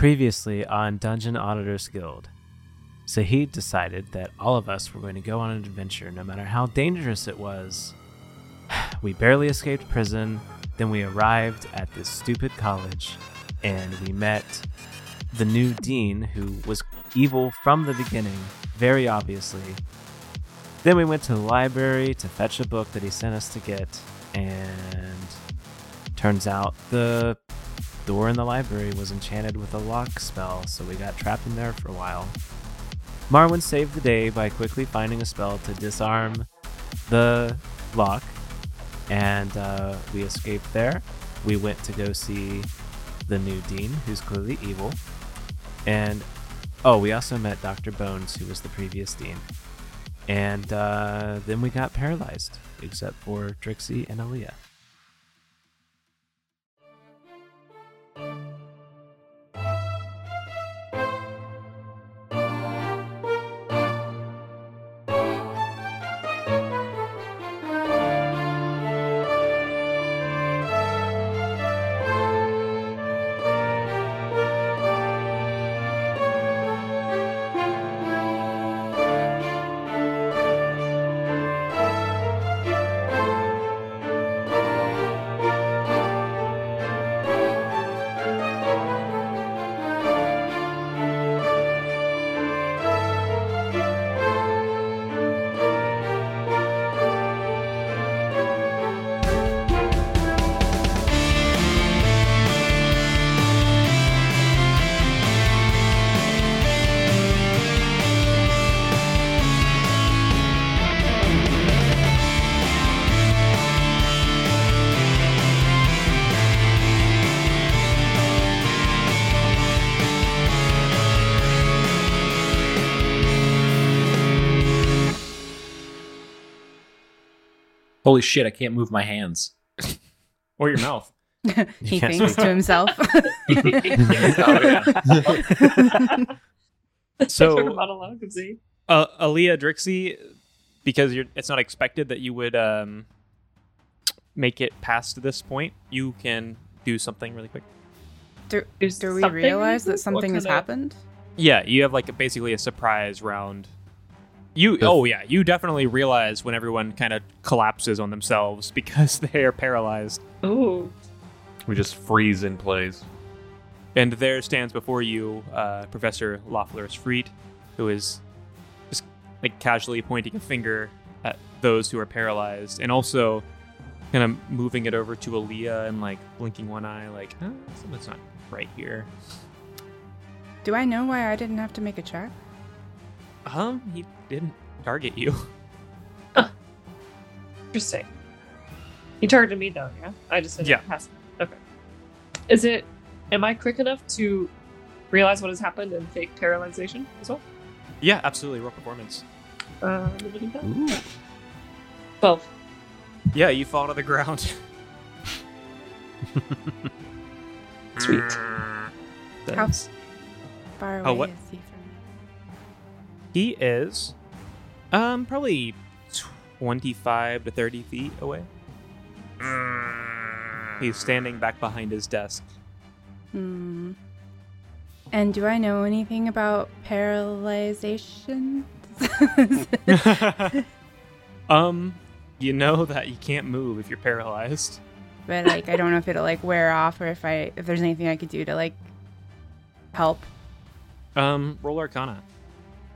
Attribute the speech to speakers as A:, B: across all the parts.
A: Previously on Dungeon Auditors Guild, Sahid decided that all of us were going to go on an adventure no matter how dangerous it was. We barely escaped prison, then we arrived at this stupid college, and we met the new dean who was evil from the beginning, very obviously. Then we went to the library to fetch a book that he sent us to get, and turns out the door in the library was enchanted with a lock spell, so we got trapped in there for a while. Marwin saved the day by quickly finding a spell to disarm the lock, and uh, we escaped there. We went to go see the new dean, who's clearly evil, and oh, we also met Dr. Bones, who was the previous dean. And uh, then we got paralyzed, except for Trixie and Aaliyah.
B: Holy shit, I can't move my hands. or your mouth.
C: he
A: Yes.
C: thinks to himself.
D: So
E: Oh, So,
D: monologue of Z.
E: uh, Aaliyah Drixie, because you're, it's not expected that you would um, make it past this point, you can do something really quick.
C: do,
D: There's
C: do we
D: something
C: realize
D: reason?
C: that something
D: What
C: has
D: kind of-
C: happened?
E: Yeah, you have like a, basically a surprise round. You
B: The-
E: oh yeah, you definitely realize when everyone kind of collapses on themselves because they are paralyzed,
D: Ooh,
F: We just freeze in place.
E: and there stands before you uh, Professor Loeffler Freet, who is just like casually pointing a finger at those who are paralyzed, and also kind of moving it over to Aaliyah and like blinking one eye, like huh, something's not right here.
C: Do I know why I didn't have to make a check?
E: Um, he didn't target you.
D: interesting. You targeted me though, yeah. I just didn't
E: Yeah.
D: pass. Okay. Is it? Am I quick enough to realize what has happened and fake paralyzation as well?
E: yeah, absolutely. Roll performance.
D: Uh, let me do that. Twelve.
E: Yeah, you fall to the ground.
D: Sweet.
C: How far away
E: Oh, what?
C: is he from me?
E: He is, um, probably twenty-five to thirty feet away. He's standing back behind his desk.
C: Hmm. And do I know anything about paralyzation?
E: um, you know that you can't move if you're paralyzed.
C: but like, I don't know if it'll like wear off or if I if there's anything I could do to like help.
E: Um, roll Arcana.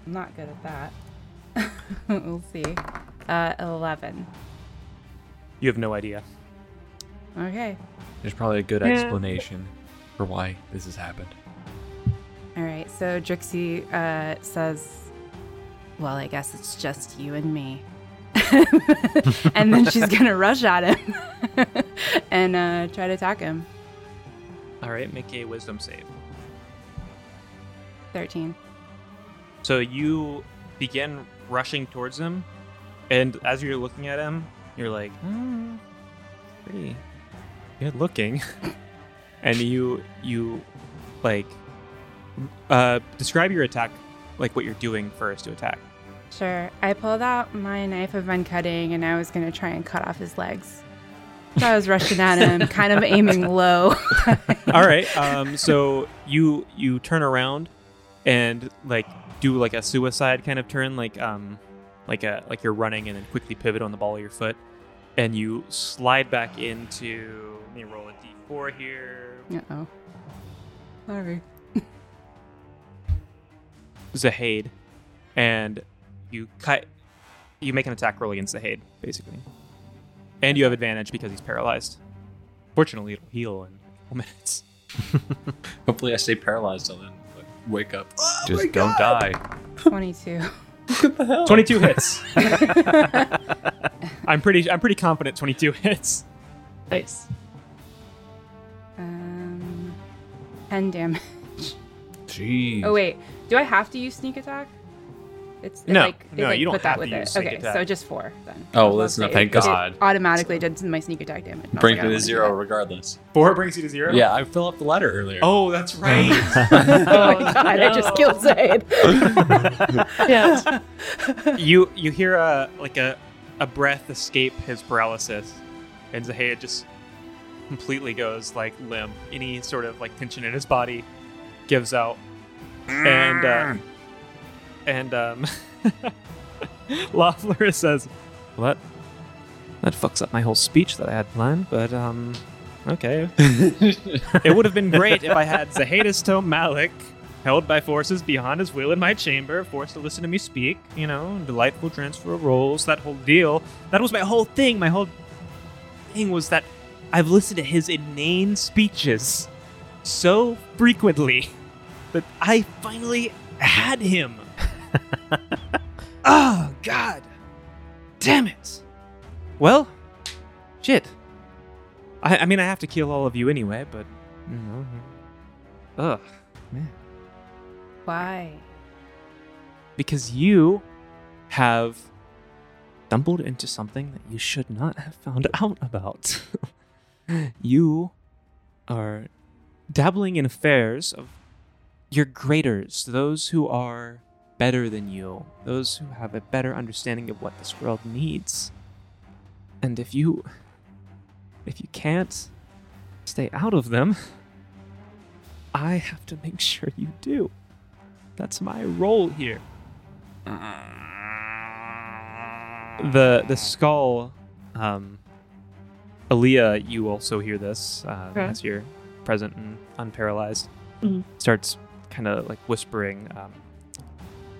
C: I'm not good at that. we'll see. Uh, eleven.
E: You have no idea.
C: Okay.
B: There's probably a good
D: Yeah.
B: explanation for why this has happened.
C: All right, so Drixie uh, says, Well, I guess it's just you and me. and then she's going to rush at him and uh, try to attack him.
E: All right, make a Wisdom save.
C: 13.
E: So you begin rushing towards him, and as you're looking at him, you're like, hmm, pretty good looking. and you you like uh describe your attack like what you're doing first to attack.
C: Sure. I pulled out my knife of uncutting and I was going to try and cut off his legs. So I was rushing at him, kind of aiming low.
E: All right. Um, so you you turn around and like do like a suicide kind of turn, like um, like a like you're running and then quickly pivot on the ball of your foot, and you slide back into. Let me roll a d4 here.
C: Uh oh. Sorry.
E: Zahade, and you cut. You make an attack roll against Zahade, basically, and you have advantage because he's paralyzed. Fortunately, it'll heal in a couple minutes.
B: Hopefully, I stay paralyzed till then. Like, wake up.
E: Oh
F: Just don't die.
C: 22.
E: Twenty-two hits. I'm pretty. I'm pretty confident. Twenty-two hits.
D: Nice.
C: Um, 10 damage.
F: Jeez.
C: Oh, wait. Do I have to use sneak attack? It's it,
E: No,
C: like, they,
E: no,
C: like,
E: you don't
C: put that
E: have to
C: with
E: use
C: it.
E: sneak
C: okay,
E: attack.
C: so just four then.
B: Oh,
C: I'll
B: that's
C: say
B: not-
C: it-
F: thank
C: it
F: God.
C: automatically did my sneak attack damage. and I was
B: Bring
C: like, I don't
B: me to
C: wanna do
B: zero
C: that.
B: regardless.
E: Four brings you to zero.
B: Yeah, I fill up the ladder earlier.
E: Oh, that's right.
C: Oh my god, I just killed Zaid.
D: Yeah.
E: you you hear a like a a breath escape his paralysis, and Zahea just completely goes like limp. Any sort of like tension in his body gives out, and uh, and um, Loeffler says, "What? That fucks up my whole speech that I had planned, but um, okay." It would have been great if I had Zahadis to Malik, held by forces beyond his will in my chamber, forced to listen to me speak, you know, delightful transfer of roles, that whole deal. That was my whole thing. My whole thing was that I've listened to his inane speeches so frequently that I finally had him. oh, God. Damn it. Well, shit. I, I mean, I have to kill all of you anyway, but you know. Ugh, man.
C: Why?
E: Because you have stumbled into something that you should not have found out about. you are dabbling in affairs of your graters, those who are better than you, those who have a better understanding of what this world needs. And if you if you can't stay out of them, I have to make sure you do. That's my role here. The the skull, um, Aaliyah, you also hear this uh,
D: Okay.
E: as you're present and unparalyzed.
D: Mhm.
E: Starts kind of like whispering, um,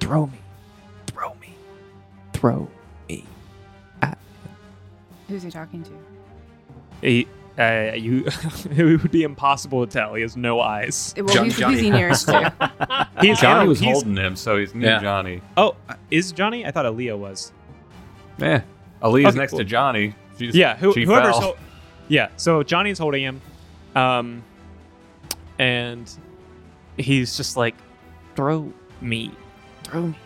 E: "Throw me, throw me, throw me."
C: Who's he talking to?
E: He, uh, you, it would be impossible to tell. He has no eyes.
C: Eh, Well,
B: John-
C: who's,
B: Johnny.
C: who's he nearest to?
E: He's
F: Johnny
E: anim-
F: was
E: he's-
F: holding him, so he's new
B: Yeah.
F: Johnny.
E: Oh, is Johnny? I thought Aaliyah was.
F: Yeah. Aaliyah's
E: Okay,
F: next
E: cool.
F: to Johnny. She just-
E: yeah, who,
F: she
E: whoever's
F: fell.
E: hol- yeah. So Johnny's holding him, um, and he's just like, throw me, throw me.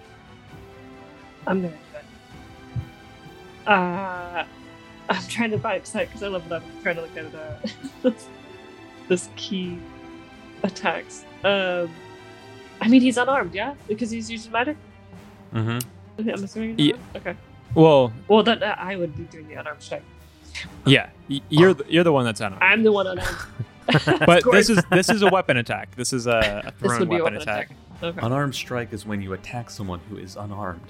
D: I'm gonna do it. Uh, I'm trying to buy upset because I love that. I'm trying to look at uh, this key attacks. Um, I mean, he's unarmed, yeah, because he's using magic.
F: Mhm.
D: I'm assuming. he's
E: Yeah.
D: unarmed? Okay.
E: Well,
D: Well, then uh, I would be doing the unarmed check.
E: yeah, y- you're the, you're the one that's on it.
D: I'm the one unarmed.
E: But this is this is a weapon attack. This is a, a
D: This
E: thrown
D: would be a
E: weapon,
D: weapon
E: attack.
D: attack. Okay.
F: Unarmed strike is when you attack someone who is unarmed.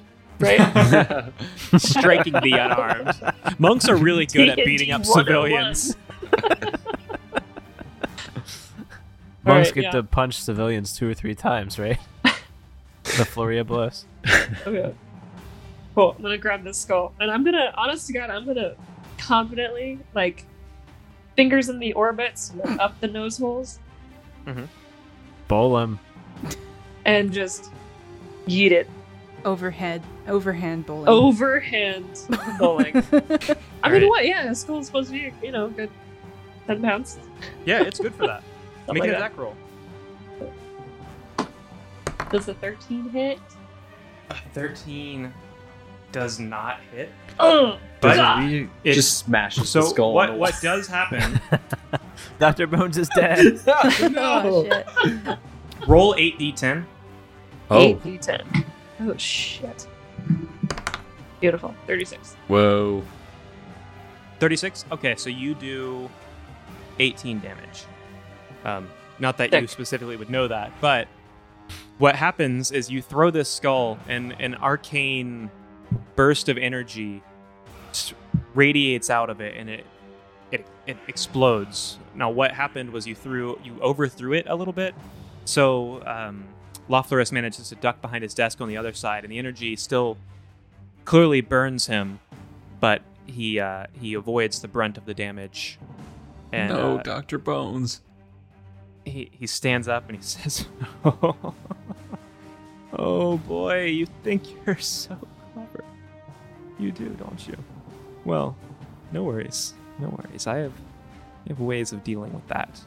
D: Right.
E: striking the unarmed. Monks are really good at beating up
D: D&D 101.
E: civilians.
A: Monks
D: Alright,
A: get
D: yeah.
A: to punch civilians two or three times, right? the flurry of blows.
D: Okay. Cool. I'm gonna grab this skull, and I'm gonna, honest to God, I'm gonna confidently, like, fingers in the orbits, and then up the nose holes,
A: Bowl him.
D: and just yeet it
C: Overhead, overhand bowling.
D: Oh, overhand bowling. I mean,
E: Alright.
D: what? Yeah, a skull's supposed to be, you know, good ten pounds.
E: Yeah, it's good for that.
D: Something like that.
E: attack roll.
D: Does the thirteen hit?
E: Thirteen does not hit.
D: Oh,
E: But
D: God.
F: we-
E: It
B: just smashes
E: so
B: the skull.
E: what
B: on the
E: what does happen?
A: Dr. Bones is dead.
C: Oh, shit.
E: roll eight d10.
F: Oh,
D: Eight d10. Oh shit. Beautiful. Thirty-six.
F: whoa.
E: 36? Okay, so you do 18 damage. Um, not that you
D: Sick.
E: specifically would know that, but what happens is you throw this skull, and an arcane burst of energy s- radiates out of it, and it, it it explodes. Now, what happened was you threw you overthrew it a little bit, so um, Loflorus manages to duck behind his desk on the other side, and the energy still clearly burns him, but he uh, he avoids the brunt of the damage. And,
F: no,
E: uh,
F: Doctor Bones.
E: he, he stands up and he says, Oh boy, you think you're so clever. You do, don't you? Well, no worries. No worries. I have, I have ways of dealing with that.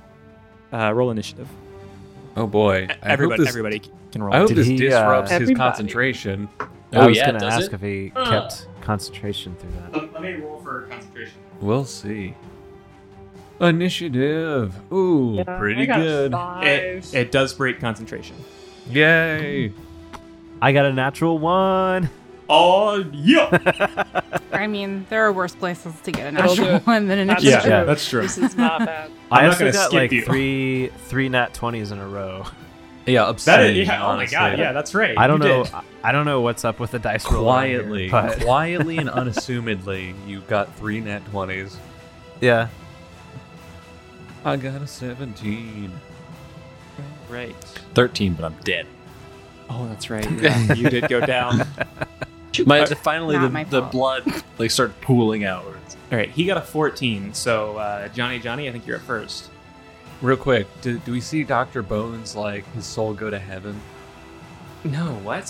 E: Uh, roll initiative.
F: Oh boy. I hope
E: everybody,
F: this-
E: everybody can roll.
F: I hope
A: Did
F: this
A: he, uh,
F: disrupts his
D: Everybody.
F: concentration.
A: I
B: Oh
A: was
B: yeah,
A: gonna
B: does
A: ask
B: it?
A: if he
D: Ugh.
A: kept concentration through that.
G: Let me roll
A: uh,
G: for concentration.
F: We'll see. Initiative. Ooh,
D: Yeah, Uh, I
F: pretty
D: got a
F: good.
D: Five.
E: it, it does break concentration.
F: Yay.
A: I got a natural one.
G: Oh yeah.
C: I mean, there are worse places to get an
D: That'll do
C: natural
D: it.
C: one than an
D: That's
C: natural
A: Yeah.
D: true.
G: that's true.
D: This is my bad.
A: I
G: I'm not
A: also
G: gonna
A: got
G: skip
A: like
G: you.
A: three three nat twenties in a row.
F: Yeah,
G: That
F: upsetting.
G: is, yeah. Oh my god.
F: honestly.
G: Yeah, that's right.
A: I don't
G: You
A: know.
G: did.
A: I- I don't know what's up with the dice roll. on here,
F: Quietly,
A: but
F: quietly and unassumedly, you got three nat 20s.
A: yeah,
F: I got a 17.
E: Right.
B: 13, but I'm dead.
E: Oh, that's right. Yeah, you did go down.
D: uh,
B: My, finally,
C: Not
B: the,
C: my
B: the
C: fault.
B: blood like started pooling outwards.
E: All right, he got a 14. So, uh, Johnny, Johnny, I think you're up first.
F: Real quick, do, do we see Dr. Bones, like, his soul go to heaven?
E: No, what?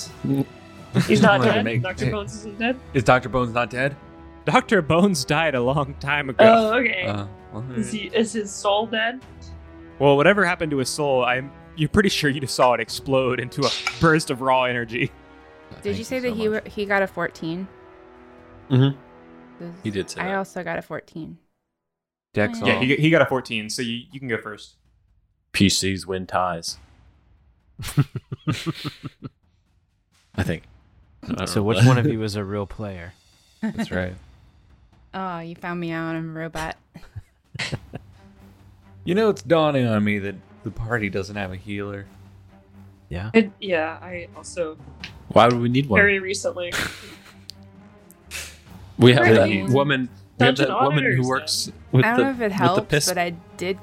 D: He's not
F: Wanted to
D: dead.
F: make-
D: Dr. Bones isn't dead.
F: Is Dr. Bones not dead?
E: Dr. Bones died a long time ago.
D: Oh, okay.
F: Uh, all right.
D: is, he, is his soul dead?
E: Well, whatever happened to his soul, I'm you're pretty sure you just saw it explode into a burst of raw energy.
C: Did
F: Thank
C: you say
F: so
C: that he
F: much.
C: were- he got a 14?
F: Mhm.
C: This-
B: Mm-hmm. He did say
C: I
B: that.
C: also got a 14.
F: Dex
C: Yeah,
E: Yeah,
F: off.
E: he, he got a 14, so you, you can go first.
B: PCs win ties. I think. I
A: So
B: don't
A: which
B: know.
A: one of you is a real player?
F: That's right.
C: Oh, you found me out. I'm a robot.
F: You know, it's dawning on me that the party doesn't have a healer.
A: Yeah.
D: It, yeah, I also
B: Why would we need one?
D: very recently.
B: we have that
D: Right.
B: woman. We have
D: Dungeon
B: that woman
D: auditors,
B: who works with
C: I don't
B: the,
C: know if it
B: with the
C: helps,
B: piss.
C: but I did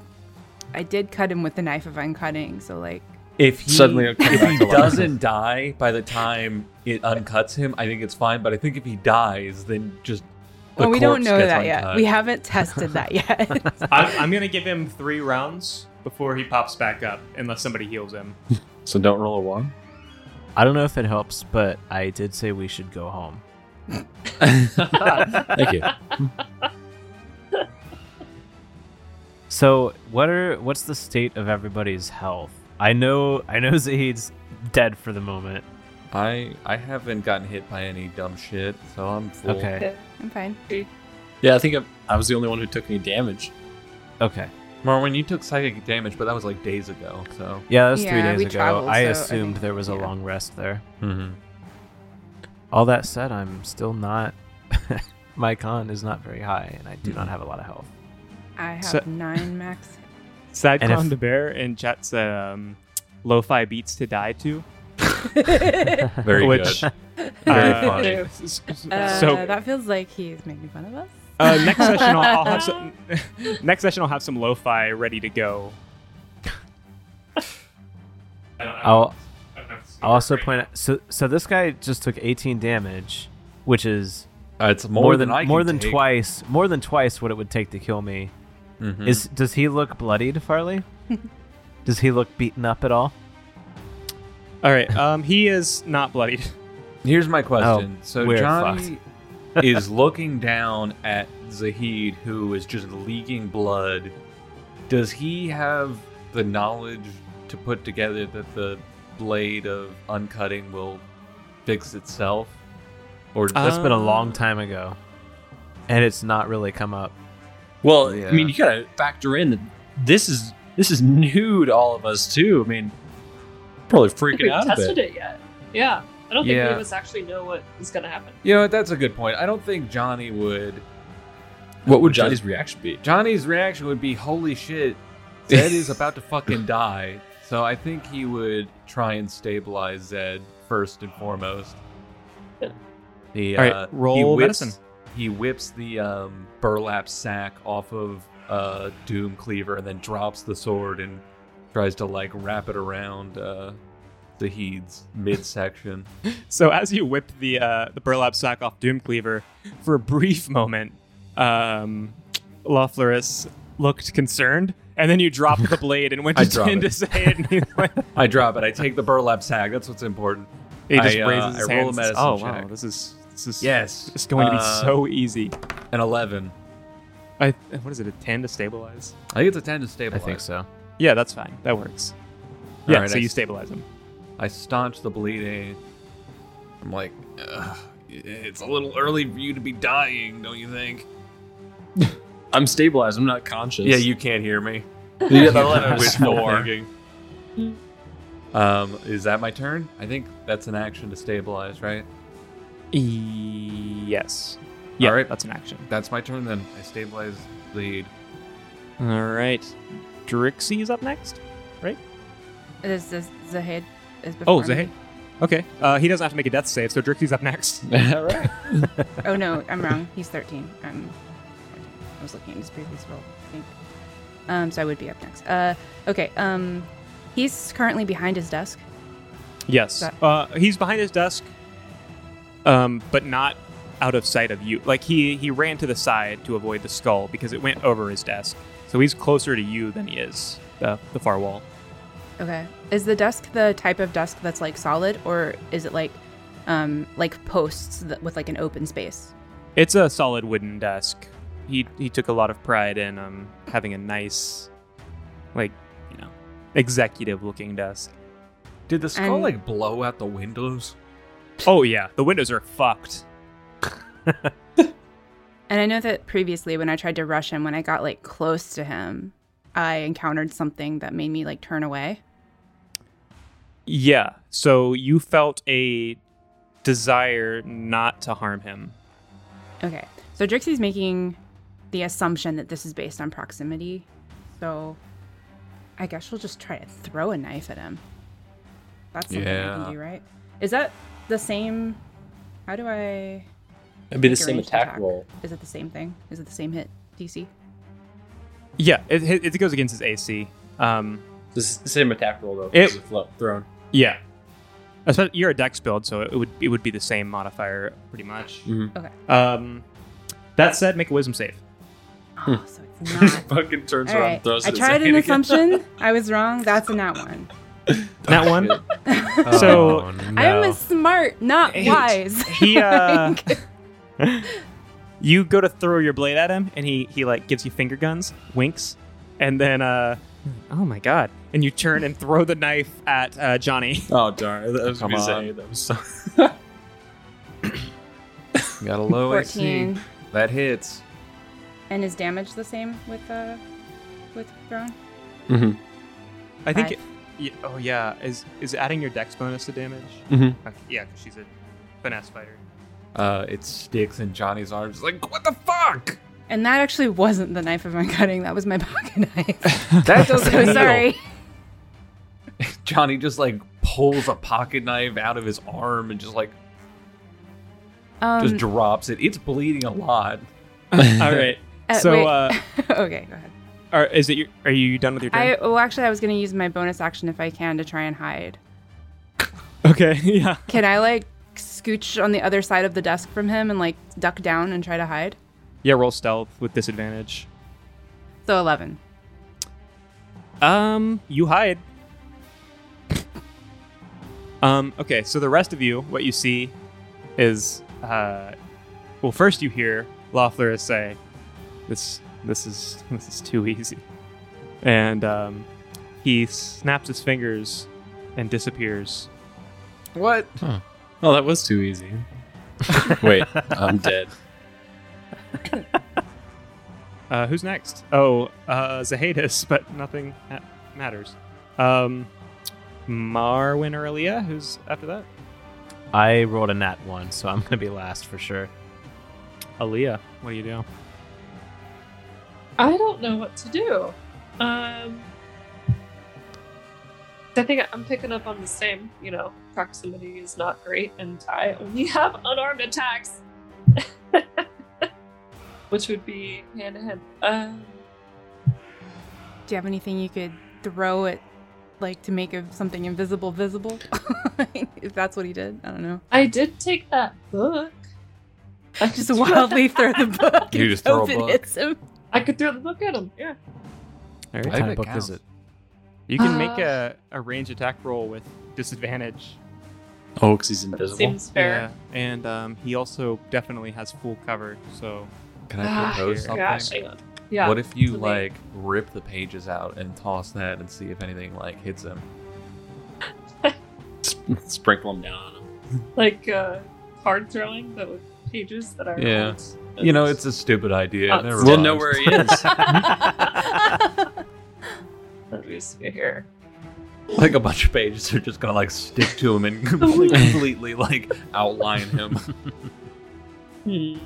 C: I did cut him with the knife of uncutting, so like
F: If he,
B: Suddenly it'll come
F: if
B: back
F: he
B: to life.
F: doesn't die by the time it uncuts him, I think it's fine. But I think if he dies, then just the
C: well, we don't
F: corpse
C: know
F: gets
C: that yet.
F: uncut.
C: We haven't tested that yet.
E: I'm, I'm going to give him three rounds before he pops back up, unless somebody heals him.
B: So don't roll a one.
A: I don't know if it helps, but I did say we should go home.
B: Thank you.
A: So what are what's the state of everybody's health? I know I know Zahid's dead for the moment.
F: I I haven't gotten hit by any dumb shit, so I'm full.
A: Okay.
C: I'm fine.
B: Yeah, I think I, I was the only one who took any damage.
A: Okay.
F: Marwin, you took psychic damage, but that was like days ago. So
A: Yeah, that's three
C: Yeah,
A: days
C: we
A: ago.
C: traveled,
A: I
C: so I
A: assumed
C: think-
A: there was a
C: yeah.
A: long rest there. All that said, I'm still not. my con is not very high, and I do not have a lot of health.
C: I have
E: So-
C: nine max.
E: Sad
A: And
E: Clown
A: if-
E: to Bear in chat said um, lo-fi beats to die to,
F: very
E: which... uh,
F: good.
E: Very
F: funny.
C: Uh,
E: so
C: that feels like he's making fun of us.
E: uh, next session I'll, I'll have some next session I'll have some lo-fi ready to go.
A: I'll I'll also point out. So so this guy just took 18 damage, which is
F: Uh, it's more,
A: more, than,
F: I can
A: more than
F: take.
A: twice more than twice what it would take to kill me.
F: Mhm.
A: Is does he look bloodied, Farley? does he look beaten up at all?
E: All right, um, he is not bloodied.
F: Here's my question.
A: Oh,
F: so
A: we're
F: Johnny is looking down at Zahid, who is just leaking blood. Does he have the knowledge to put together that the blade of uncutting will fix itself? Or
E: Uh,
A: That's been a long time ago, and it's not really come up.
B: Well,
F: Yeah.
B: I mean, you gotta factor in that this is this is new to all of us too. I mean, probably
D: I think
B: freaking
D: we've
B: out a
D: tested
B: bit.
D: it yet. Yeah. I don't think any
F: Yeah.
D: of us actually know what is going to happen.
F: you know, that's a good point. I don't think Johnny would
B: What would Johnny's reaction be?
F: Johnny's reaction would be, "Holy shit, Zed is about to fucking die." So I think he would try and stabilize Zed first and foremost. The
E: All right,
F: uh,
E: roll
F: he whips,
E: medicine.
F: He whips the um, burlap sack off of uh, Doom Cleaver and then drops the sword and tries to like wrap it around uh, Zahid's midsection.
E: So as you whip the uh, the burlap sack off Doom Cleaver, for a brief moment, um, Loflaris looked concerned, and then you dropped the blade and went
F: I
E: to
F: drop
E: tend
F: it.
E: to say it, and he, like,
F: I drop it. I take the burlap sack. That's what's important.
E: he just
F: I, uh,
E: raises his
F: I
E: hand
F: roll a
E: and says,
F: medicine
E: Oh
F: check.
E: wow, this is this is
F: Yes,
E: it's going to be
F: Uh,
E: so easy.
F: an eleven.
E: I what is it? A ten to stabilize?
F: I think it's a ten to
A: I
F: stabilize.
A: think so.
E: Yeah, that's fine. That works.
F: All
E: yeah,
F: right,
E: so
F: I
E: you
F: s-
E: stabilize him.
F: I staunch the bleeding. I'm like, "Ugh, it's a little early for you to be dying, don't you think?
B: I'm stabilized. I'm not conscious.
F: Yeah, you can't hear me.
B: Yeah, the letter
F: With
B: was
F: no
B: four.
F: thinking. Um, is that my turn? I think that's an action to stabilize, right?
E: yes. Yeah,
F: Alright.
E: that's an action.
F: That's my turn then. I stabilize lead.
E: All right, Drixie is up next.
C: Is this Zahid? Is
E: Oh,
C: before me.
E: Zahay. Okay, uh, he doesn't have to make a death save, so Drixie's up next.
B: All right.
C: Oh no, I'm wrong. He's 13. I'm, I was looking at his previous roll. I think. Um, so I would be up next. Uh, okay. Um, he's currently behind his desk.
E: Yes.
C: That-
E: Uh, he's behind his desk, um, but not out of sight of you. Like he he ran to the side to avoid the skull because it went over his desk. So he's closer to you than he is the the far wall.
C: Okay. Is the desk the type of desk that's like solid, or is it like, um, like posts that, with like an open space?
E: It's a solid wooden desk. He he took a lot of pride in um, having a nice, like you know, executive looking desk.
F: Did the skull
C: Um,
F: like blow out the windows?
E: Oh yeah, the windows are fucked.
C: And I know that previously when I tried to rush him, when I got like close to him, I encountered something that made me like turn away.
E: Yeah. So you felt a desire not to harm him.
C: Okay. So Drixie's making the assumption that this is based on proximity. So I guess she'll just try to throw a knife at him. That's something I
F: Yeah.
C: can do, right? Is that the same? How do I.
B: It'd be the
C: make a
B: same
C: ranged
B: attack roll.
C: Is it the same thing? Is it the same hit DC?
E: Yeah, it, it it goes against his AC. Um,
B: This is the same attack roll though.
E: It-
B: because it's flo- thrown.
E: yeah. Espe- You're a dex build, so it would it would be the same modifier pretty much.
B: Mhm.
C: Okay.
E: Um, that said, make a wisdom save.
B: Hmm.
C: Oh, so it's not.
B: Fucking turns
C: All
B: around
C: right.
B: and throws
C: I
B: it.
C: tried an
B: again.
C: assumption. I was wrong. That's a not one.
E: That one. So-
F: So
C: I'm a smart, not
E: Eight.
C: wise.
E: He uh, you go to throw your blade at him, and he he like gives you finger guns, winks, and then uh, oh my god, and you turn and throw the knife at uh, Johnny.
B: Oh darn! That was
F: Come
B: gonna
F: on.
B: say that was so-
F: got a low AC.
C: 14.
F: That hits.
C: And is damage the same with uh with thrown?
E: I think.
C: Five.
E: It, yeah, oh yeah, is is adding your dex bonus to damage?
B: Mhm.
E: Okay, yeah, because she's a finesse fighter.
F: Uh, it sticks in Johnny's arms. It's like, what the fuck?
C: And that actually wasn't the knife of my cutting. That was my pocket knife.
F: That doesn't
C: so
F: heal.
C: sorry.
F: Johnny just like pulls a pocket knife out of his arm and just like
C: Um,
F: just drops it. It's bleeding a lot.
E: All right.
C: uh,
E: so,
C: wait.
E: uh,
C: okay, go ahead.
E: are, is it? Your, are you done with your
C: I
E: turn?
C: well, actually, I was gonna use my bonus action if I can to try and hide.
E: okay. Yeah.
C: Can I like scooch on the other side of the desk from him and like duck down and try to hide?
E: Yeah. Roll stealth with disadvantage.
C: So eleven.
E: Um, you hide. Um, okay, so the rest of you, what you see is uh well first you hear Loffler say, This this is this is too easy. And um he snaps his fingers and disappears.
F: What?
B: Oh, that was too easy. Wait, I'm dead.
E: Uh who's next? Oh, uh Zahadis, but nothing ha- matters. Um Marwin Aurelia, who's after that?
A: I rolled a nat one, so I'm gonna be last for sure.
E: Aaliyah, what do you do?
D: I don't know what to do. Um, I think I'm picking up on the same. You know, proximity is not great, and I only have unarmed attacks, which would be hand to hand. Um,
C: Do you have anything you could throw at, like, to make of something invisible visible? if that's what he did, I don't know.
D: I did take that book. I could
C: Just
D: throw-
C: wildly throw the book.
F: You
C: and
F: just throw a
C: hope it
F: book.
C: hits him.
D: I could throw the book at him. Yeah.
A: All right,
F: I
A: what
F: think
A: kind of
F: it
A: book
F: counts.
A: is it?
E: You can
D: Uh,
E: make a, a range attack roll with disadvantage.
B: Oh, because he's invisible.
D: Seems fair.
E: Yeah, and um, he also definitely has full cover. So
F: Can
D: Ah,
F: I propose something?
D: Gosh, hang on. Yeah.
F: What if you
D: to me.
F: like rip the pages out and toss that and see if anything like hits him?
B: Sp- Sprinkle him down on him.
D: like uh, card throwing, but with pages that are
F: Yeah.
D: old.
F: You know, it's a stupid idea.
D: Uh,
F: Never
D: We'll
F: mind.
B: know where he is.
D: Let me see here.
F: like a bunch of pages are just gonna like stick to him and
D: Oh
F: completely like outline him.
D: Hmm.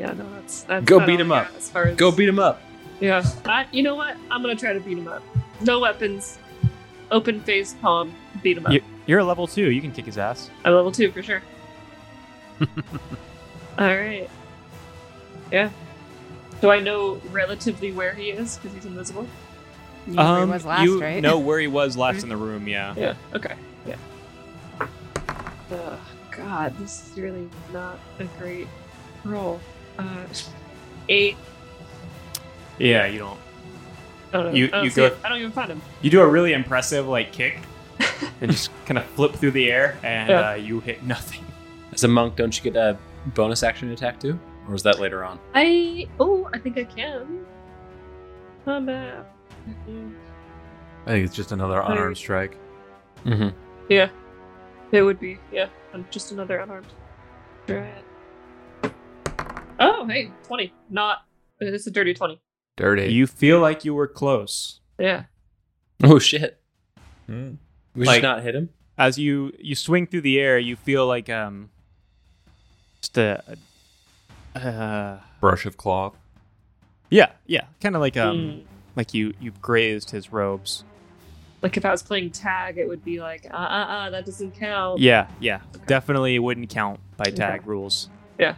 D: Yeah, no, that's, that's
B: Go
D: about
B: beat
D: all
B: him
D: I
B: up.
D: got As far as,
B: Go beat him up.
D: Yeah, I, you know what? I'm gonna try to beat him up. No weapons, open face palm, beat him up.
E: you, you're a level two. You can kick his ass.
D: I'm level two for sure. all right. Yeah. Do I know relatively where he is because he's invisible?
C: You know where he was last,
E: Um, you
C: right?
E: know where he was last in the room. Yeah.
D: Yeah. Okay. Yeah. Oh God, this is really not a great roll. Uh, eight.
E: Yeah. You don't.
D: I don't know.
E: You-
D: I don't Oh,
E: you
D: see
E: go-
D: it. I don't even find him.
E: You do a really impressive like kick, and just kind of flip through the air, and
D: Yeah.
E: uh, you hit nothing.
B: As a monk, don't you get a bonus action attack too? Or is that later on?
D: I oh, I think I can. Combat.
F: I think it's just another unarmed
D: Alright.
F: strike.
B: Mm-hmm.
D: It would be yeah. I'm just another unarmed. Right. Oh hey, twenty. Not. uh, This is a dirty twenty.
F: Dirty.
E: You feel like you were close
D: Yeah.
B: Oh shit! Hmm.
F: Mm.
B: We
E: Like-
B: should not hit him.
E: as you you swing through the air. You feel like um, just a, a uh,
F: brush of cloth.
E: yeah, yeah, kind of like um,
D: Mm.
E: like you you grazed his robes.
D: Like if I was playing tag, it would be like uh uh uh that doesn't count.
E: Yeah, yeah. Definitely wouldn't count by tag
D: Okay.
E: rules.
D: Yeah.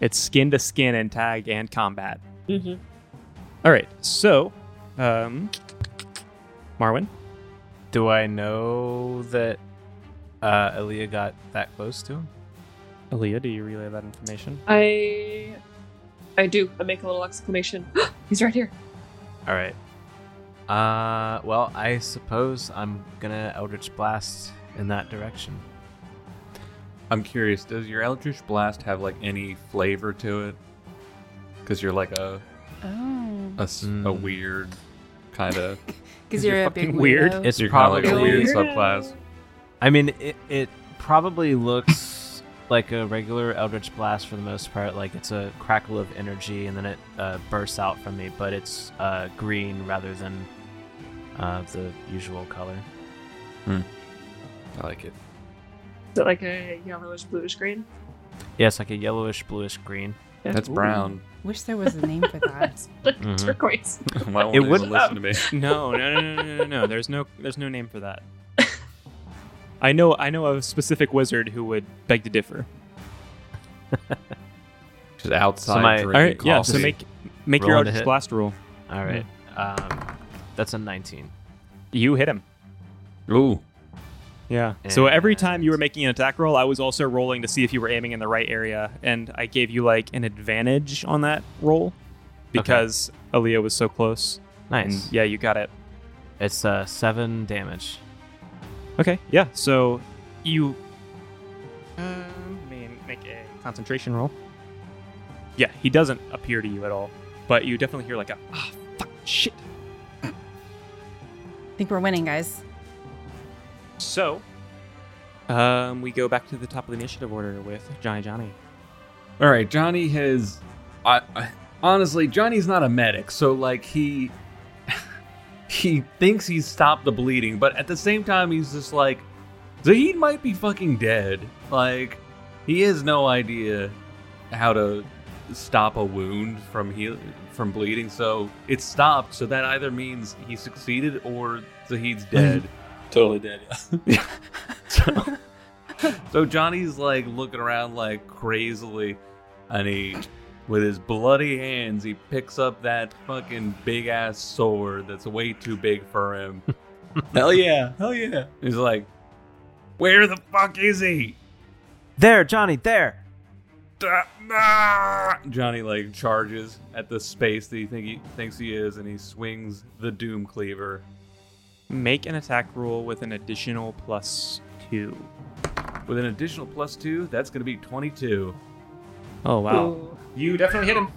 E: It's skin to skin in tag and combat.
D: Mm-hmm.
E: All right. So, um Marwin,
A: Do I know that uh, Aaliyah got that close to him?
E: Aaliyah, do you relay that information?
D: I I do. I make a little exclamation. He's right here.
A: All right. Uh, well, I suppose I'm gonna Eldritch Blast in that direction.
F: I'm curious, does your Eldritch Blast have like any flavor to it? Because you're like a
C: Oh.
F: a, s- a
A: Mm.
F: weird kind of.
C: Because
E: you're
C: you're, a
E: fucking
C: big
E: weird.
C: weirdo.
A: It's
F: You're kinda
A: probably
F: like a weird
D: Weirdo.
F: subclass.
A: I mean, it, it probably looks like a regular Eldritch Blast for the most part. Like it's a crackle of energy and then it uh, bursts out from me, but it's uh, green rather than uh, the usual color.
F: I like it.
D: Is it like a yellowish bluish green?
A: Yeah, it's like a yellowish, bluish green.
F: That's
D: Ooh.
F: brown.
C: Wish there was a name for that.
D: It's like
A: Mhm.
D: turquoise.
F: Why won't
A: It
F: it
A: would-
F: listen to me?
E: No, no, no, no, no, no, no. There's no there's no name for that. I know I know a specific wizard who would beg to differ.
F: Just outside
A: So my-
F: drinking
E: All right, yeah, so
F: coffee.
E: make make your
A: Roll to
E: Eldritch
A: hit.
E: Blast roll.
A: All right. Um, that's a 19.
E: You hit him.
F: Ooh.
E: Yeah. So every
A: And-
E: time you were making an attack roll, I was also rolling to see if you were aiming in the right area, and I gave you like an advantage on that roll because Aaliyah was so close.
A: Nice.
E: And yeah, you got it.
A: It's uh, seven damage.
E: Okay. Yeah. So you um, may make a concentration roll. Yeah, he doesn't appear to you at all, but you definitely hear like a ah fuck shit.
C: I think we're winning, guys.
E: So, um, we go back to the top of the initiative order with Johnny Johnny.
F: All right, Johnny has. I, I honestly, Johnny's not a medic, so like he he thinks he's stopped the bleeding, but at the same time, he's just like Zahid might be fucking dead. Like he has no idea how to stop a wound from heal from bleeding, so it stopped. So that either means he succeeded or Zahid's dead.
B: Totally dead.
F: so, so Johnny's like looking around like crazily, and he, with his bloody hands, he picks up that fucking big ass sword that's way too big for him.
B: Hell yeah. Hell yeah.
F: He's like, "Where the fuck is he?"
A: There, Johnny, there.
F: Ah, ah. Johnny like charges at the space that he think he thinks he is, and he swings the Doom Cleaver.
E: Make an attack roll with an additional plus two.
F: With an additional plus two, that's gonna be twenty-two.
E: Oh wow.
D: Ooh.
G: You definitely hit him.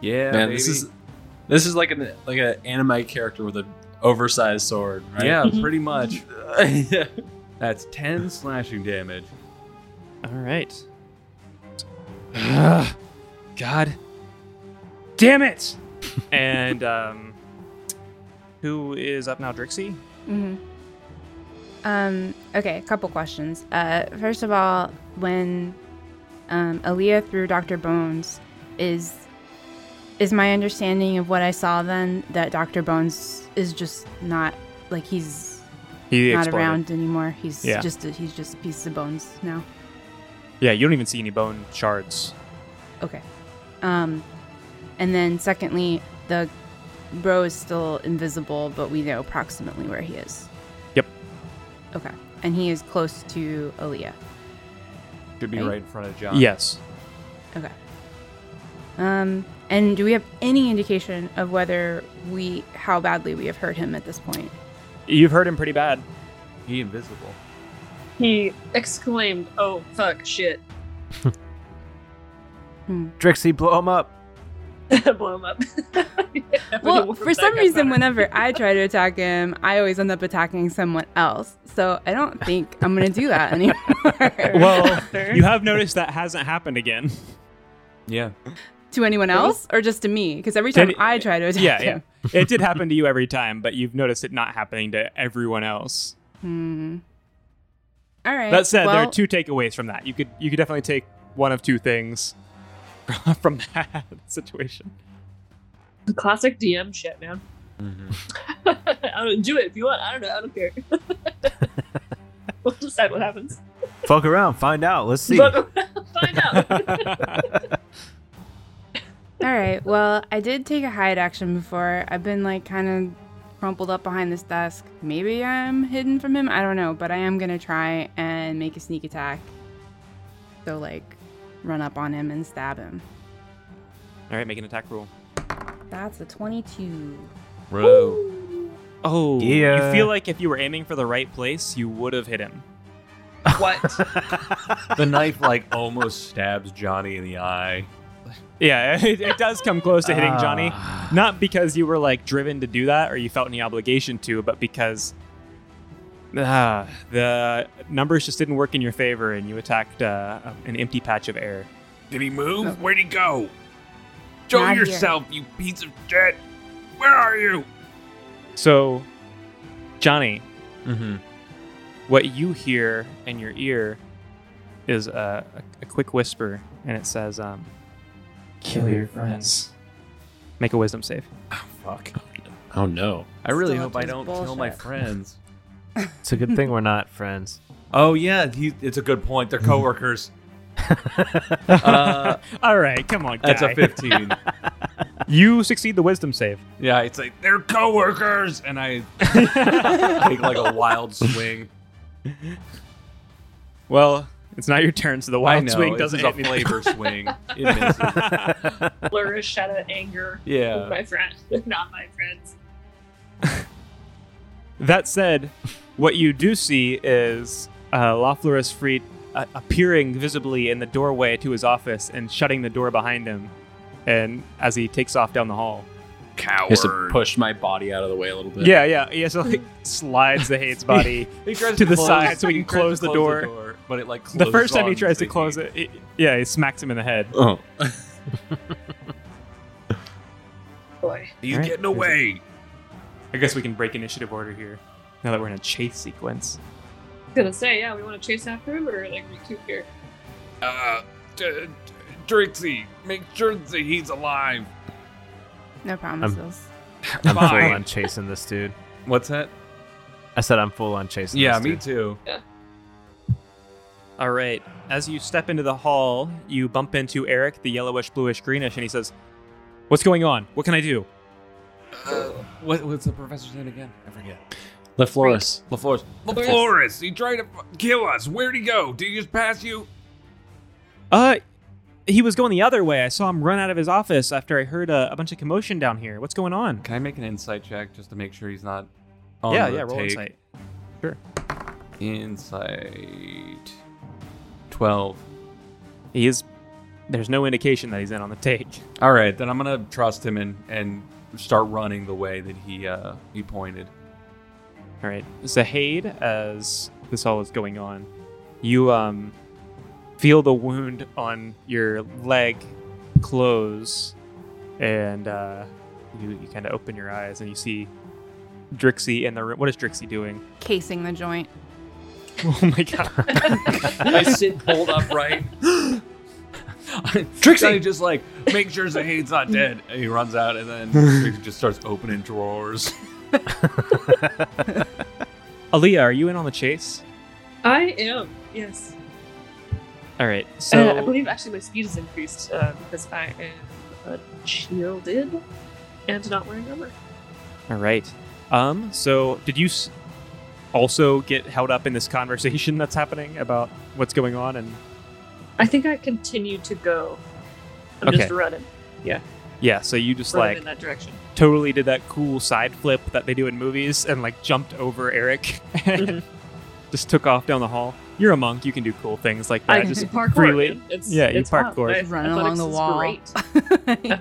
F: Yeah,
B: Man,
F: baby.
B: this is this is like an like an anime character with an oversized sword, right?
F: yeah, pretty much.
B: Yeah.
F: That's ten slashing damage.
E: All right. Ugh. God. Damn it! and um, who is up now? Drixie.
C: hmm Um, okay, a couple questions. Uh, first of all, when um, Aaliyah threw Dr. Bones, is is my understanding of what I saw then that Dr. Bones is just not like he's
E: He
C: not around anymore. He's
E: Yeah.
C: just a, he's just pieces of bones now.
E: Yeah, you don't even see any bone shards.
C: Okay. Um, and then secondly, the bro is still invisible, but we know approximately where he is.
E: Yep.
C: Okay. And he is close to Aaliyah.
F: Should be
C: Right?
F: right in front of Johnny.
E: Yes.
C: Okay. Um, and do we have any indication of whether we, how badly we have hurt him at this point?
E: You've heard him pretty bad.
F: He invisible.
D: He exclaimed, "Oh fuck, shit!"
A: Drixie, blow him up.
D: Blow him up.
C: Well, for some reason, whenever I try to attack him, I always end up attacking someone else. So I don't think I'm gonna do that anymore.
E: Well, you have noticed that hasn't happened again.
F: Yeah.
C: to anyone else or just to me? Because every time
E: Then-
C: I try to attack
E: yeah, yeah.
C: him,
E: It did happen to you every time, but you've noticed it not happening to everyone else.
C: Hmm. All right.
E: That said, there
C: well,
E: are two takeaways from that. You could you could definitely take one of two things from that situation.
D: classic DM shit, man. I don't do it if you want. I don't know. I don't care. we'll decide what happens.
A: Fuck around, find out. Let's see.
D: But- find out.
C: All right. Well, I did take a hide action before. I've been like kind of crumpled up behind this desk. Maybe I'm hidden from him. I don't know, but I am gonna try and make a sneak attack. So like, run up on him and stab him.
E: All right, make an attack roll.
C: That's a 22.
F: Bro.
E: Oh,
A: Yeah.
E: you feel like if you were aiming for the right place, you would have hit him.
D: what?
F: the knife like almost stabs Johnny in the eye.
E: Yeah, it, it does come close to hitting Johnny.
A: Ah.
E: Not because you were like driven to do that or you felt any obligation to, but because ah, the numbers just didn't work in your favor and you attacked uh, an empty patch of air.
F: Did he move? Where'd he go? Show
C: Not here.
F: yourself, you piece of shit. Where are you?
E: So, Johnny,
F: Mm-hmm.
E: what you hear in your ear is a, a, a quick whisper, and it says, um, "Kill your friends." Make a wisdom save.
F: Fuck.
B: Oh no.
F: I really
C: Still
F: hope
C: up to
F: I
C: his
F: don't kill my
C: bullshit.
F: friends.
A: It's a good thing we're not friends.
F: Oh yeah, he, it's a good point. They're coworkers. Mm. uh,
E: All right, come on, guy.
F: that's a fifteen.
E: You succeed the wisdom save.
F: yeah, it's like they're coworkers, and I take like a wild swing.
E: Well, it's not your turn, so the
F: I
E: wild
F: know
E: swing
F: this
E: doesn't
F: is
E: hit
F: a
E: anything.
F: flavor swing. It misses.
D: Flourish out of anger. with
F: Yeah.
D: my friend, not my friends.
E: That said, what you do see is uh, Loflorus Freed uh, appearing visibly in the doorway to his office and shutting the door behind him, and as he takes off down the hall.
B: Just to push my body out of the way a little bit.
E: Yeah, yeah. He has to like slides the Hade's body
F: He tries
E: to the
F: close-
E: side so we
F: he
E: can
F: tries to
E: close the door.
F: but it like
E: The first
F: closes
E: time he
F: on
E: tries to
F: Ziggy.
E: close it, it- yeah, he smacks him in the head.
B: Oh.
D: Boy.
F: He's
E: Alright.
F: getting away.
E: I guess we can break initiative order here. Now that we're in a chase sequence.
D: Gonna say, yeah, we want to chase after him or like recoup here.
F: Uh, D- D- Drixie, make sure that he's alive.
C: No promises.
A: I'm full
G: Fine.
A: on chasing this dude.
F: What's that?
A: I said I'm full on chasing
F: Yeah,
A: this
F: me
A: dude.
F: too.
E: All right. As you step into the hall, you bump into Eric, the yellowish, bluish, greenish, and he says, What's going on? What can I do?
F: What, what's the professor's name again? I forget.
B: LeFloris.
F: LaFlores. LaFlores! He tried to fu- kill us. Where'd he go? Did he just pass you?
E: Uh, he was going the other way. I saw him run out of his office after I heard a, a bunch of commotion down here. What's going on?
F: Can I make an insight check just to make sure he's not on
E: yeah,
F: the
E: yeah, roll
F: take?
E: insight.
F: Insight. 12.
E: He is. There's no indication that he's in on the take.
F: All right, then I'm going to trust him and, and start running the way that he uh, he pointed.
E: All right, Zahid, as this all is going on, you um feel the wound on your leg close, and uh, you you kind of open your eyes and you see Drixie in the room. What is Drixie doing?
C: Casing the joint.
E: Oh my god!
F: I sit pulled upright. Trixie I just like make sure Zaid's not dead. And he runs out and then Trixie just starts opening drawers.
E: Aaliyah, are you in on the chase?
D: I am. Yes.
E: All right,
D: So
E: so
D: I believe actually my speed is increased uh, because I am uh, shielded and not wearing armor.
E: all right, um, so did you s- also get held up in this conversation that's happening about what's going on and
D: I think I continue to go. I'm just
E: Okay.
D: running,
E: yeah, so you just
D: running
E: like
D: in that direction.
E: totally did that cool side flip that they do in movies and like jumped over Eric and
D: Mm-hmm.
E: just took off down the hall. You're a monk, you can do cool things like that.
D: I
E: just
D: just parkour.
E: freely-
D: man. It's,
E: yeah, you
D: it's fun. My
E: parkour.
C: Running along
D: athletics
C: the
D: is
C: wall.
D: Great.
E: Yeah.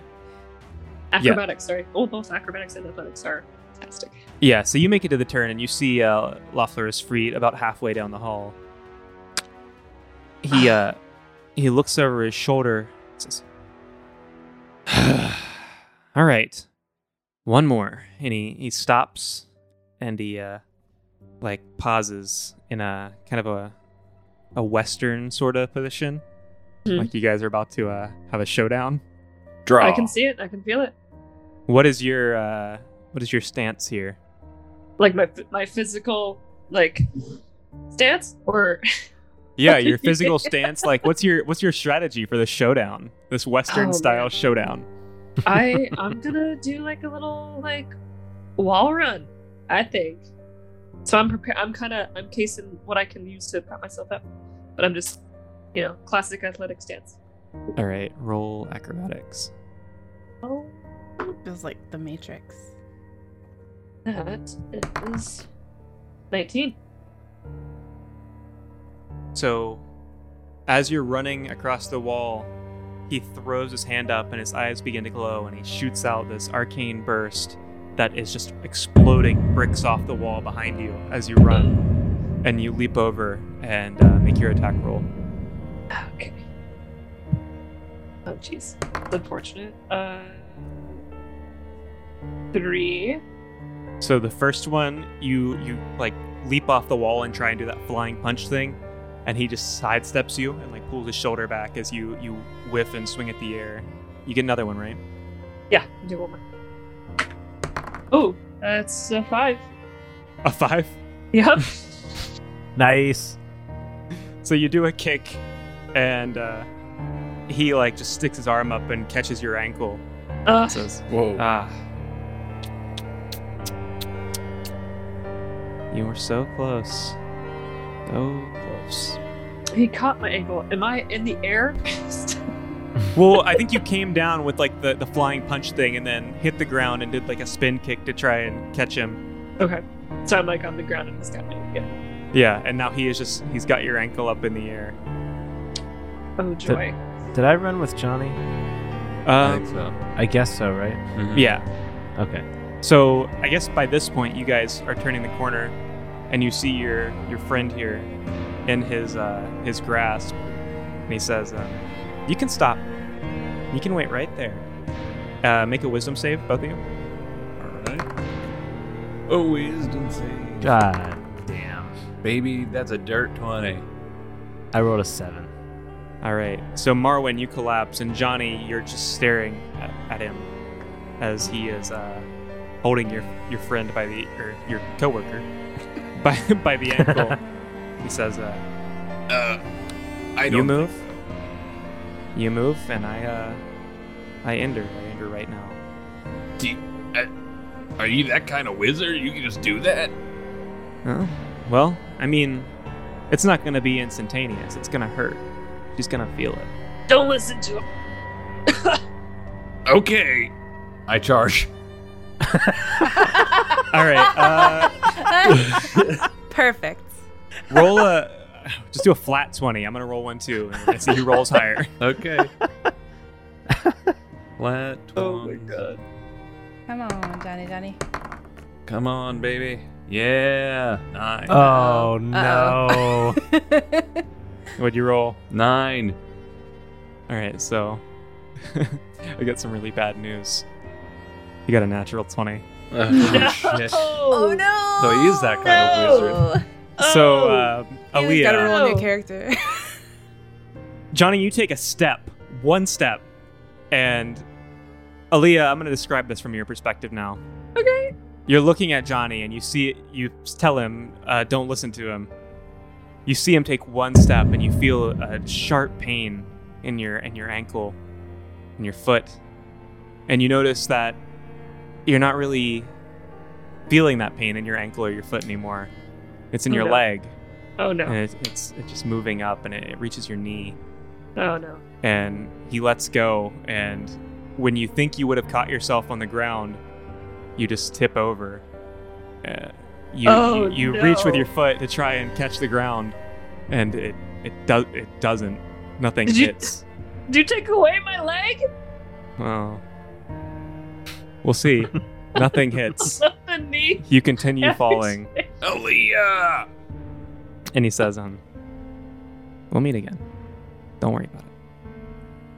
D: Acrobatics, sorry. Oh, both acrobatics and athletics are fantastic.
E: Yeah, so you make it to the turn and you see uh Loffler's Freed about halfway down the hall. He uh he looks over his shoulder and says All right. One more. And he, he stops and he uh like pauses in a kind of a a western sort of position.
D: Mhm.
E: Like you guys are about to uh have a showdown.
F: Draw.
D: I can see it. I can feel it.
E: What is your uh what is your stance here?
D: Like my my physical like stance, or
E: Yeah, your physical stance. Like, what's your what's your strategy for the showdown? This Western
D: Oh,
E: style
D: man.
E: showdown.
D: I I'm gonna do like a little like wall run. I think. So I'm prepared. I'm kind of I'm casing what I can use to prop myself up, but I'm just you know classic athletic stance.
E: All right, roll acrobatics.
D: Oh,
C: It was like the Matrix.
D: that is nineteen.
E: So, as you're running across the wall, he throws his hand up and his eyes begin to glow, and he shoots out this arcane burst that is just exploding bricks off the wall behind you as you run, and you leap over and uh, make your attack roll.
D: Okay. Oh jeez, That's unfortunate. Uh, three.
E: So the first one, you you like leap off the wall and try and do that flying punch thing, and he just sidesteps you and like pulls his shoulder back as you you whiff and swing at the air. You get another one, right?
D: Yeah, do one more. Oh, that's a five.
E: A five.
D: Yep.
A: Nice.
E: So you do a kick, and uh, he like just sticks his arm up and catches your ankle.
D: Uh,
E: Says,
F: Whoa.
E: ah, you were so close, so close.
D: he caught my ankle. Am I in the air?
E: Well, I think you came down with like the, the flying punch thing and then hit the ground and did like a spin kick to try and catch him.
D: okay. So I'm like on the ground and he's got me. Yeah.
E: Yeah, and now he is just he's got your ankle up in the air.
D: Oh joy.
A: Did I run with Johnny?
F: I
E: Um,
F: think so.
A: I guess so, right?
F: Mhm.
E: yeah.
A: Okay.
E: So I guess by this point you guys are turning the corner and you see your your friend here in his uh, his grasp and he says, uh, "You can stop. You can wait right there. Uh, make a wisdom save, both of you."
F: Alright. A wisdom save.
A: God damn.
F: Baby, that's a dirt 20.
A: I rolled a seven.
E: All right. So Marwin, you collapse, and Johnny, you're just staring at, at him. as he is uh, holding your your friend by the or your coworker by by the ankle. he says, uh,
F: Uh, I
E: "You move, you move, and I uh, I ender, I ender right now."
F: uh, Are you that kind of wizard? You can just do that?
E: Huh? Well, I mean, it's not gonna be instantaneous. It's gonna hurt. She's gonna feel it.
D: Don't listen to him.
F: Okay. I charge.
E: All right. Uh,
F: uh,
C: Perfect.
E: roll a just do a flat 20 i'm gonna roll one too and let's see who rolls higher
F: Okay. Flat one.
C: Come on, Johnny, Johnny.
F: Come on, baby. Yeah. Nine.
A: Oh,
C: Uh-oh.
A: no.
E: what'd you roll
F: Nine.
E: all right so i got some really bad news you got a natural 20
D: No.
C: oh no.
F: So he is that kind of
C: No.
E: so
D: Oh.
E: uh,
C: You always gotta
E: Aaliyah,
C: roll a new
D: No.
C: character.
E: johnny you take a step one step and Aaliyah, i'm gonna describe this from your perspective now
D: Okay.
E: you're looking at johnny and you see you tell him uh, don't listen to him you see him take one step and you feel a sharp pain in your in your ankle in your foot and you notice that you're not really feeling that pain in your ankle or your foot anymore it's in
D: Oh,
E: your
D: no.
E: leg
D: Oh no.
E: and it, it's it's just moving up and it, it reaches your knee
D: Oh no.
E: and he lets go and when you think you would have caught yourself on the ground you just tip over uh, you,
D: Oh,
E: you, you
D: no.
E: reach with your foot to try and catch the ground and it it does it doesn't nothing
D: Did you-
E: hits
D: Did you take away my leg?
E: well we'll see nothing hits
D: the knee.
E: you continue
D: Yes.
E: falling
F: Aaliyah!
E: and he says um we'll meet again don't worry about it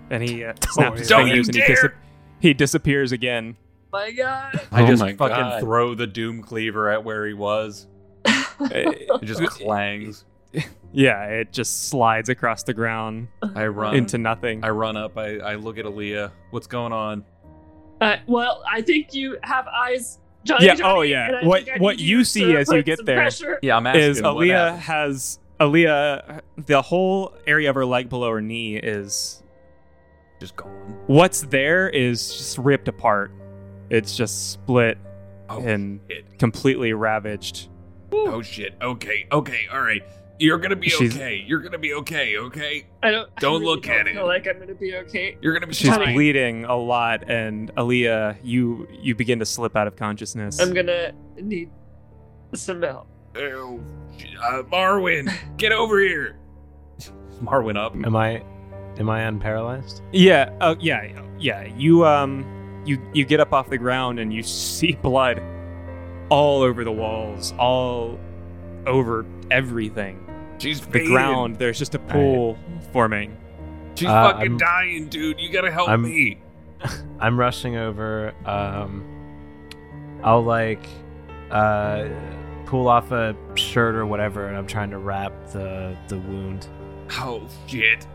E: and he uh, snaps his
F: worry about it.
E: fingers and he,
F: Don't you
E: disap- he disappears again
D: My God.
F: I
B: Oh
F: just
B: my
F: fucking
B: God.
F: throw the Doom Cleaver at where he was. It just clangs.
E: Yeah, it just slides across the ground
F: I run.
E: into nothing.
F: I run up. I, I look at Aaliyah. What's going on?
D: Uh, well, I think you have eyes, Johnny.
E: Yeah,
D: Johnny,
E: oh, yeah.
D: and I
E: What-
D: think I
E: what
D: need
E: you see
D: to
E: as you
D: put
E: get
D: some
E: there
D: pressure.
F: Yeah, I'm asking.
E: Is
F: what
E: Aaliyah
F: happened.
E: has Aaliyah the whole area of her leg below her knee is
F: just gone?
E: what's there is just ripped apart. It's just split
F: Oh,
E: and
F: shit.
E: completely ravaged.
F: Oh shit. Okay. Okay. All right. You're gonna be
E: She's-
F: okay. You're gonna be okay. Okay.
D: I don't. I
F: Don't
D: really
F: look
D: don't
F: at
D: feel
F: it.
D: Like I'm gonna be okay.
F: You're gonna be
E: She's
F: fine.
E: bleeding a lot and Aaliyah, you you begin to slip out of consciousness.
D: I'm gonna need some help.
F: Oh, sh- uh, Marwin, get over here. Marwin up.
E: Um,
A: am I am I unparalyzed?
E: Yeah, uh, yeah, yeah. You um, you you get up off the ground and you see blood all over the walls, all over everything.
F: She's
E: The
F: fading.
E: ground. There's just a pool forming.
F: She's
A: Uh,
F: fucking
A: I'm-
F: dying, dude. You gotta help
A: I'm-
F: me.
A: I'm rushing over. Um, I'll like uh, pull off a shirt or whatever, and I'm trying to wrap the the wound.
F: Oh shit.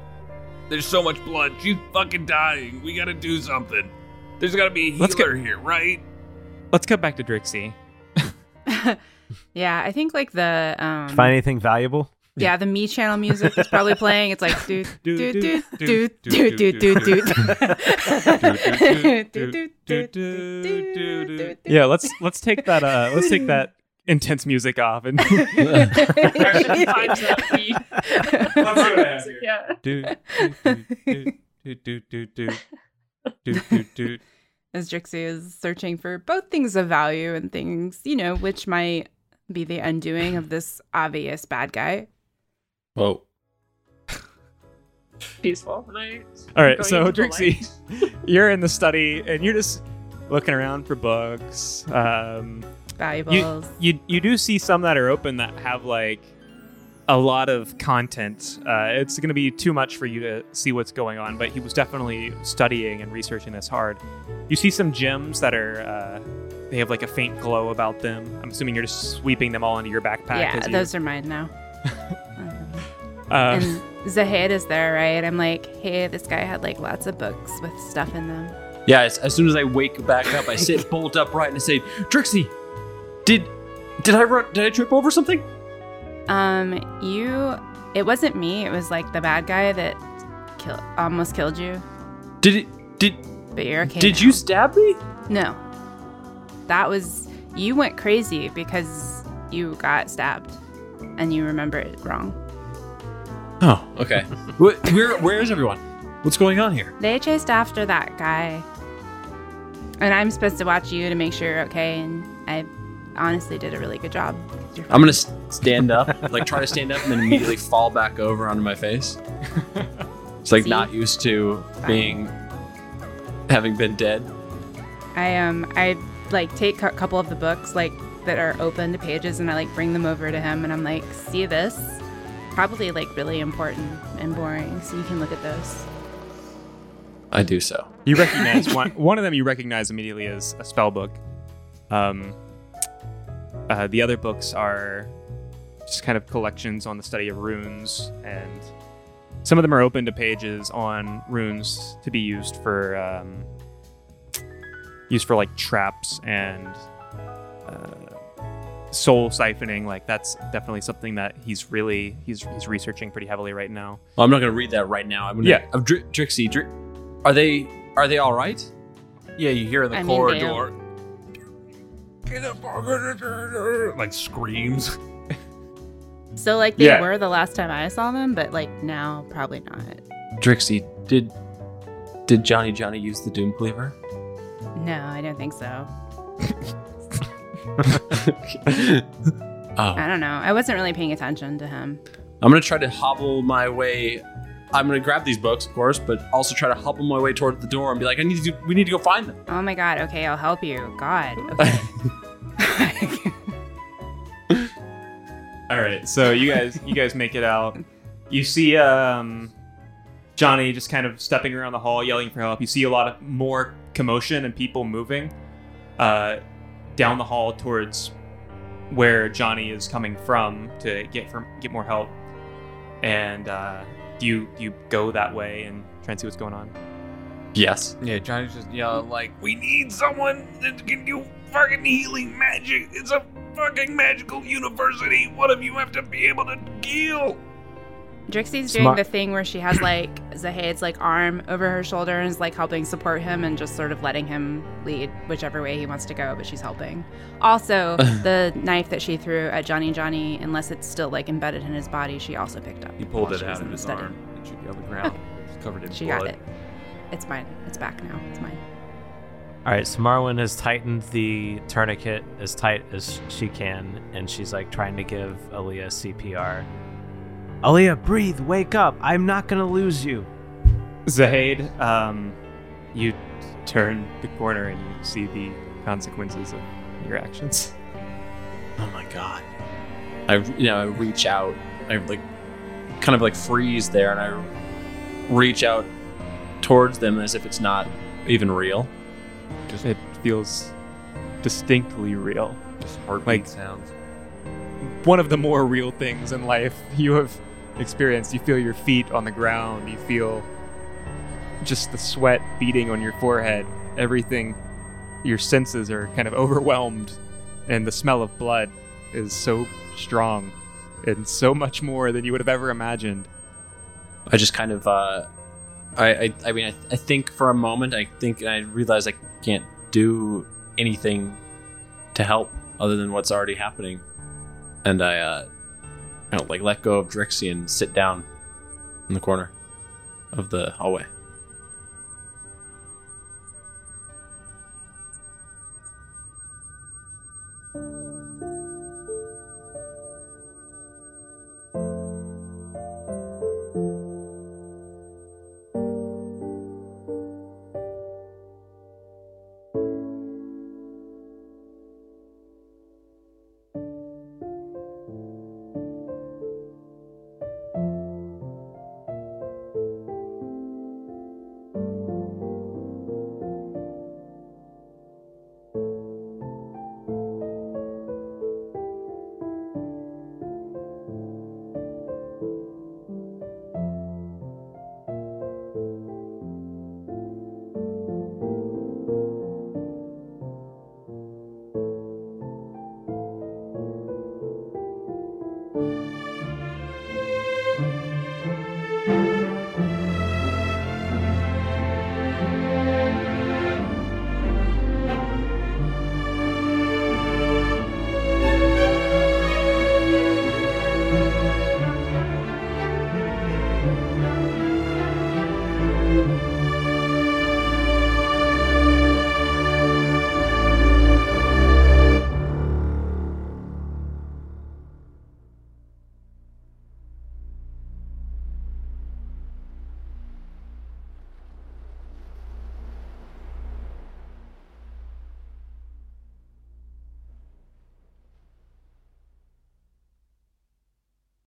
F: There's so much blood. She's fucking dying. We gotta do something. There's gotta be a
E: Let's go-
F: healer here, right?
E: Let's cut back to Drixie.
C: yeah, I think like the
F: Mm-hmm.
C: um
A: Find anything valuable?
C: yeah, the me channel music is probably playing. It's like do do do do do do do do do.
E: Yeah, let's let's take that uh, let's take that intense music off and
D: Pressure finds that key.
G: Let's see what happens here.
D: Yeah.
C: As Drixie is searching for both things of value and things, you know, which might be the undoing of this obvious bad guy.
F: Whoa.
D: Peaceful night.
E: All right,
D: Going
E: so
D: into the
E: Drixie, you're in the study and you're just looking around for books. Um,
C: Valuables.
E: you you do see some that are open that have like a lot of content. Uh, it's going to be too much for you to see what's going on, but he was definitely studying and researching this hard. You see some gems that are uh, they have like a faint glow about them. I'm assuming you're just sweeping them all into your backpack. as
C: yeah,
E: you-
C: those are mine now.
E: um,
C: And Zahid is there, right? I'm like, hey, this guy had like lots of books with stuff in them.
B: Yeah, as, as soon as I wake back up, I sit bolt upright and I say, Trixie, did did I run, did I trip over something?
C: Um, you. It wasn't me. It was like the bad guy that kill, almost killed you.
B: Did it did
C: But you're okay.
B: did
C: now.
B: you stab me?
C: No. That was you went crazy because you got stabbed, and you remember it wrong.
A: Oh,
B: Okay. Wh- where where is everyone? What's going on here?
C: They chased after that guy, and I'm supposed to watch you to make sure you're okay. And I honestly did a really good job.
B: I'm gonna s- stand up, like try to stand up, and then immediately fall back over onto my face. It's like
C: See?
B: not used to
C: Fine.
B: being having been dead.
C: I um I like take a couple of the books like that are open to pages and I like bring them over to him and I'm like, see this? Probably like really important and boring, so you can look at those.
B: I do so.
E: You recognize one. One of them you recognize immediately as a spell book. Um, uh, the other books are just kind of collections on the study of runes, and some of them are open to pages on runes to be used for um, used for like traps and uh, soul siphoning. Like that's definitely something that he's really he's he's researching pretty heavily right now.
B: Well, I'm not gonna read that right now. I'm gonna,
E: Yeah.
B: Uh, Dri- Trixie, Dri- are they are they all right?
F: Yeah, you hear in the
C: I mean,
F: corridor. Get up, like screams.
C: So like they
E: Yeah.
C: were the last time I saw them, but like now probably not.
B: Drixie, did did Johnny Johnny use the Doom Cleaver?
C: No, I don't think so.
B: Oh.
C: I don't know. I wasn't really paying attention to him.
B: I'm gonna try to hobble my way. I'm gonna grab these books, of course, but also try to hobble my way toward the door and be like, "I need to. We need to go find them."
C: Oh my god, okay, I'll help you. God. Okay.
E: All right, so you guys, you guys make it out. You see um, Johnny just kind of stepping around the hall, yelling for help. You see a lot of more commotion and people moving uh, down the hall towards where Johnny is coming from to get from get more help. And uh, do you do you go that way and try and see what's going on?
B: Yes.
F: Yeah, Johnny's just yelling like, "We need someone that can do fucking healing magic. It's a fucking magical university. One of you have to be able to heal."
C: Drixie's doing
A: Smart-
C: the thing where she has like Zahed's like arm over her shoulder and is like helping support him and just sort of letting him lead whichever way he wants to go, but she's helping. Also, the knife that she threw at Johnny Johnny, unless it's still like embedded in his body, she also picked up.
F: He pulled
C: while
F: it
C: she was
F: out
C: in
F: of
C: the
F: his
C: study.
F: arm and shook it on the ground. It's covered in
C: She
F: blood.
C: got it. It's mine. It's back now. It's mine.
A: All right, so Marwin has tightened the tourniquet as tight as she can, and she's like trying to give Aaliyah CPR. Aaliyah, breathe, wake up. I'm not gonna lose you.
E: Zaid, um, you turn the corner and you see the consequences of your actions.
A: Oh my god.
B: I you know I reach out. I like kind of like freeze there, and I reach out towards them as if it's not even real.
E: It feels distinctly real.
F: Just heartbeat
E: Like-
F: sounds.
E: One of the more real things in life you have experienced. You feel your feet on the ground, you feel just the sweat beating on your forehead. Everything, your senses are kind of overwhelmed, and the smell of blood is so strong and so much more than you would have ever imagined.
B: I just kind of uh, I, I I mean I, I think for a moment I think and I realize I can't do anything to help other than what's already happening, and I uh, kind of like let go of Drixie and sit down in the corner of the hallway.